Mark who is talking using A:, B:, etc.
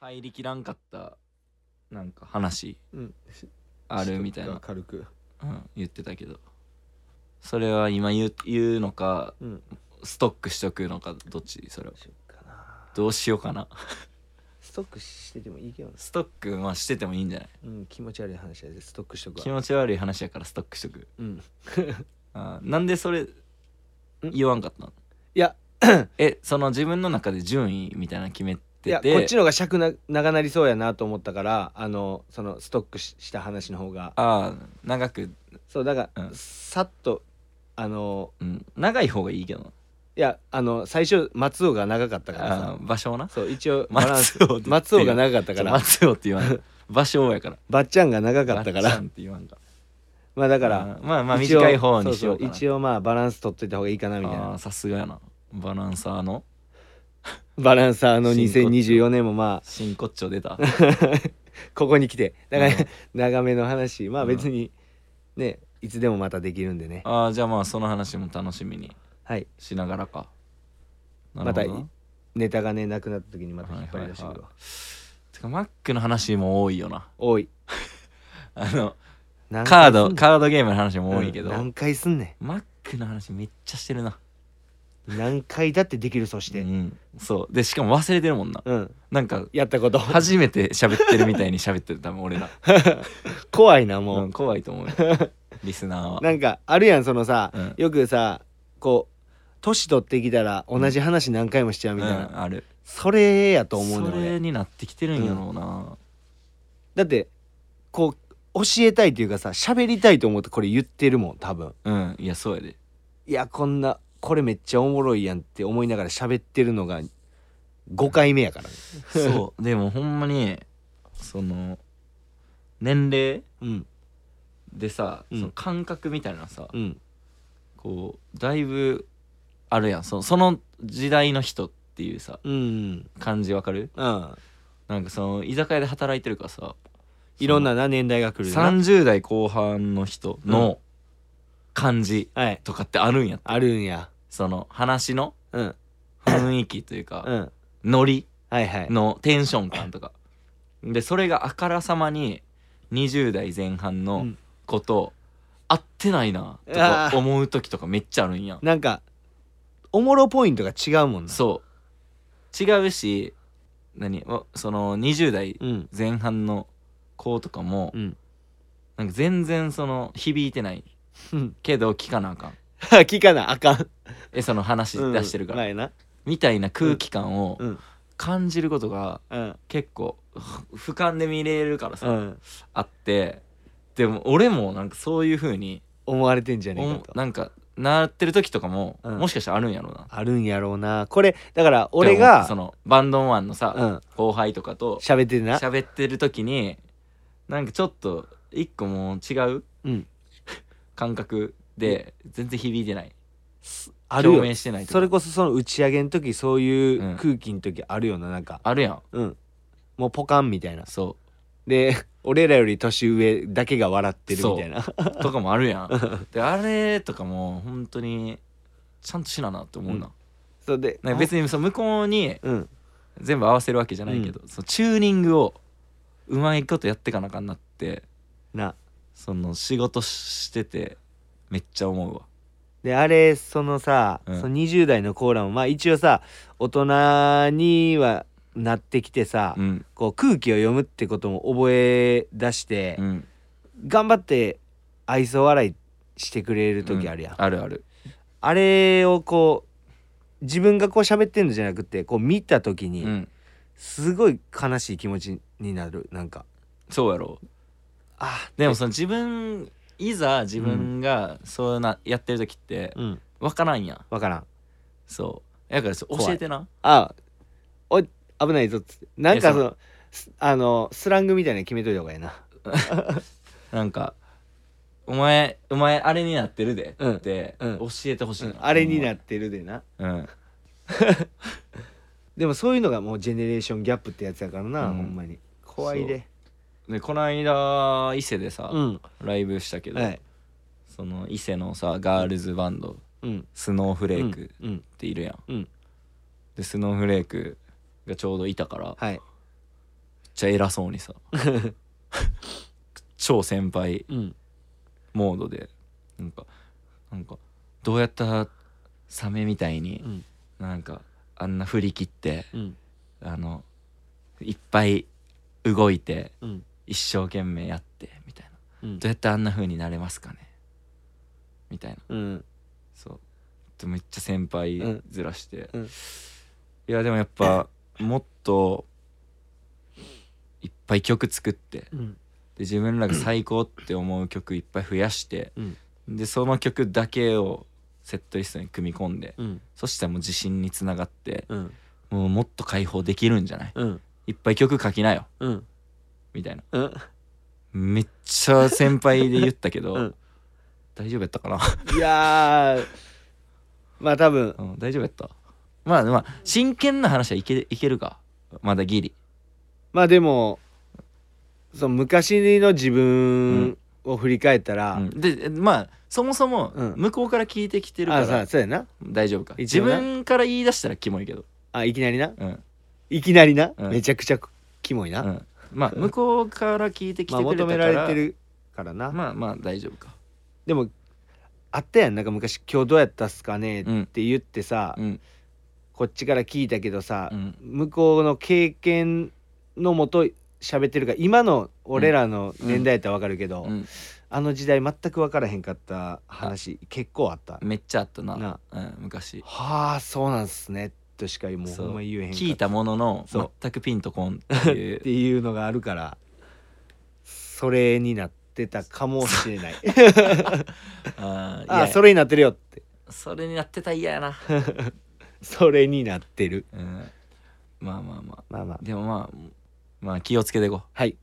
A: 入りきらんかったなんか話
B: うん
A: あるみたい
B: しと
A: な
B: く、か軽く
A: うん、言ってたけどそれは今言う言うのか
B: うん
A: ストックしとくのかどっちそれは
B: しよっかな
A: どうしようかな
B: ストックしててもいいけどな
A: ストックまあしててもいいんじゃない
B: うん気持ち悪い話やでストックしとく
A: 気
B: わ
A: 持ち悪い話やからストックしとく
B: うん
A: あーなんでそれ言わんかったの
B: いや
A: えその自分の中で順位みたいなの決め
B: い
A: て
B: や
A: て
B: こっちの方が尺な長なりそうやなと思ったからあのそのストックしした話の方が
A: ああ長く、
B: そうだから、
A: うん
B: さっとあの
A: うん、長い方がいいけどない
B: やあの最初松尾が長かったから
A: あ
B: さ
A: ー場所をな
B: そう一応バランス
A: 松尾って
B: 松尾が長かった
A: だ
B: か
A: から
B: ら
A: 松尾って言わ ん場所やから
B: ばっちゃんが長かった
A: ば
B: か
A: ちゃ
B: ら
A: んって言わんか
B: まあだか
A: あ
B: ら
A: ーまあまあ
B: 一応
A: 短い方にしようか
B: そ
A: な
B: そ一応まあバランス取っといた方がいいかなみたい
A: あ
B: な
A: ーさすがやなバランサーの
B: バランサーの
A: 真骨頂
B: 2024年もまあ
A: 真骨頂出 た
B: ここに来てだから、
A: うん
B: 長めの話まあ
A: うん
B: 別にねいつでもまたできるんでね
A: ああじゃあまあその話も楽しみに
B: はい
A: しながらかな
B: また
A: るほどな
B: ネタがねなくなった時にまた引っ張り出してく
A: はい
B: る
A: はい
B: わ
A: てかマックの話も多いよな
B: 多い
A: あの
B: 何回
A: カー
B: すん
A: ド
B: ねん
A: カードゲームの話も多いけど、
B: うん何回すんね
A: マックの話めっちゃしてるなん
B: 何回だってできるそし
A: う
B: て
A: ん、そうでしかも忘れてるもんな
B: うん
A: なんか
B: やったこと
A: 初めて喋ってるみたいに喋ってる多分俺 ら
B: 怖いなもう、
A: うん怖いと思 うよリスナーは
B: なんかあるやんそのさ、
A: うん
B: よくさこう年取ってきたら同じ話何回もしちゃうみたいな、
A: うん、ある
B: それやと思うねん
A: そ
B: 俺
A: れになってきてるんやろうな、
B: だってこう教えたいというかさ喋りたいと思ってこれ言ってるもん多分
A: うん、いやそうやで
B: いやこんなこれめっちゃおもろいやんって思いながら喋ってるのが5回目やからね
A: そう でもほんまにその年齢
B: うん
A: でさ、
B: うん
A: その感覚みたいなさ、
B: うん
A: こうだいぶあるやんそのその時代の人っていうさ
B: うん
A: 感じわかる
B: うん
A: なんかその居酒屋で働いてるからさ
B: いろんなな年代が来るな
A: 30代後半の人の感じ
B: はい
A: とかってあるんやって
B: あるんや
A: その話の
B: うん
A: 雰囲気という
B: う
A: か
B: ん
A: ノリ
B: はいはい
A: のテンション感とかでそれがあからさまに20代前半
B: う
A: の
B: ん
A: 子と合ってないなとか
B: あー
A: 思う時とかめっちゃあるんや
B: なんかおもろポイントが違うもんな
A: そう違うし何わその20代
B: うん
A: 前半の子とかも
B: うん
A: なんか全然その響いてないけど聞かなあかん
B: 聞かなあかん
A: えその話出してるから、
B: うんまあや
A: みたいな空気感を
B: うん
A: 感じることが
B: な
A: 結構ふ俯瞰で見れるからさ、
B: うんうん
A: あってでも俺もなんかそういう風に
B: 思われてんじゃね
A: お
B: え
A: ん
B: かと
A: なんかなってる時とかも、
B: うん
A: もしかしたらあるんやろうな
B: あるんやろうなこれだから俺が
A: でもそのバンドマンのさ、
B: うん
A: 後輩とかと
B: 喋っててな
A: 喋ってる時になんかちょっと一個もう違う
B: うん
A: 感覚で全然響いてない
B: あるよ
A: 共鳴してないとか
B: それこそその打ち上げの時そういううん空気の時あるよななんか
A: あるやん
B: うんもうポカンみたいな
A: そ
B: で 俺らより年上だけが笑ってるみたいな
A: うとかもあるやんであれとかも本当にちゃんとしななって思うな,、
B: それで
A: なんか別にその向こうに
B: うん
A: 全部合わせるわけじゃないけど、そのチューニングをうまいことやってかなあかんなって
B: な
A: その仕事しててめっちゃ思うわ
B: であれそのさ、
A: うん
B: その20代のコーラもまあ一応さ大人にはなってきてさ、
A: うん
B: こう空気を読むってことも覚え出して、
A: うん
B: 頑張って愛想笑いしてくれる時あるやん、
A: うんあるある
B: あれをこう自分がこう喋ってんのじゃなくてこう見た時
A: う
B: に、
A: ん
B: すごい悲しい気持ちになるなんか
A: そうやろ
B: あ
A: でもその自分いざ自分がそうなやってる時って
B: うん
A: 分からんやん
B: 分からん
A: そうだからそ
B: 怖い
A: 教えてな
B: あおい危ないぞっつってなん
A: いや
B: か
A: そ
B: そうのすあのスラングみたいなの決めといた方がいいな
A: なんかお前お前あれになってるで
B: うん
A: って
B: うん
A: 教えてほしいな、
B: あれになってるでな
A: うん
B: でもそういうのがもうジェネレーションギャップってやつやからな、
A: うん
B: ほんまに怖いで
A: でこの間伊勢でさ、
B: ん
A: ライブしたけど、
B: はい
A: その伊勢のさガールズバンド
B: うん
A: スノーフレーク
B: うんうん
A: っているやん、
B: うん
A: でスノーフレークがちょうどいたから
B: はい
A: ちゃ偉そうに さ超先輩
B: うん
A: モードでなんかなんかどうやったらサメみたいに
B: うん
A: なんかあんな振り切って
B: うん
A: あのいっぱい動いて
B: うん
A: 一生懸命やってみたいな
B: うん
A: どうやってあんな風になれますかねみたいな
B: うん
A: そうでめっちゃ先輩
B: うん
A: ずらして、
B: うん
A: いやでもやっぱもっといっぱい曲作ってで
B: うん
A: 自分らが最高って思う曲いっぱい増やして
B: うん
A: でその曲だけをセットリストに組み込んで
B: うん
A: そしたらもう自信につながって
B: うん
A: もうもっと解放できるんじゃない
B: うん
A: いっぱい曲書きなよ
B: うん
A: みたいな
B: うん
A: めっちゃ先輩で言ったけど、
B: うん
A: 大丈夫やったかな、
B: いやーまあ多分
A: うん、大丈夫やったまあまあ真剣な話はいけいけるかまだギリ
B: まあでもその昔の自分を振り返ったら、
A: うんでまあそもそも
B: うん
A: 向こうから聞いてきてるか
B: あ
A: ら
B: さそうやな
A: 大丈夫か
B: 一
A: 自
B: 応な
A: 分から言い出したらキモいけど、
B: あいきなりな
A: うん
B: いきなりな、
A: うん
B: めちゃくちゃキモいな、
A: うん、まあ向こうから聞いてき
B: ま
A: て
B: あ
A: くれたか
B: 求め
A: ら,、
B: られてるからな、
A: まあまあ大丈夫か
B: でもあったやんなんか昔今日どうやったっすかねっ
A: うん
B: て言ってさ、
A: うん
B: こっちから聞いたけどさ、
A: うん
B: 向こうの経験のもと喋ってるから今の俺らの年代やったら分かるけど、
A: うん
B: あの時代全く分からへんかった話結構あった。
A: めっちゃあったな
B: な
A: うん、昔
B: はあそうなんすねとしかもう
A: そ
B: ほ
A: うん
B: ま言えへんかった
A: 聞いたものの
B: そう
A: 全くピンとこんってい
B: っ
A: う
B: ていうのがあるからそれになってたかも しれない。
A: あーい
B: あ
A: や
B: それになってるよって
A: それになってたら嫌や な、
B: それになってる。
A: うん、まあまあまあ
B: まあまあ
A: でもまあまあ気をつけていこう
B: はい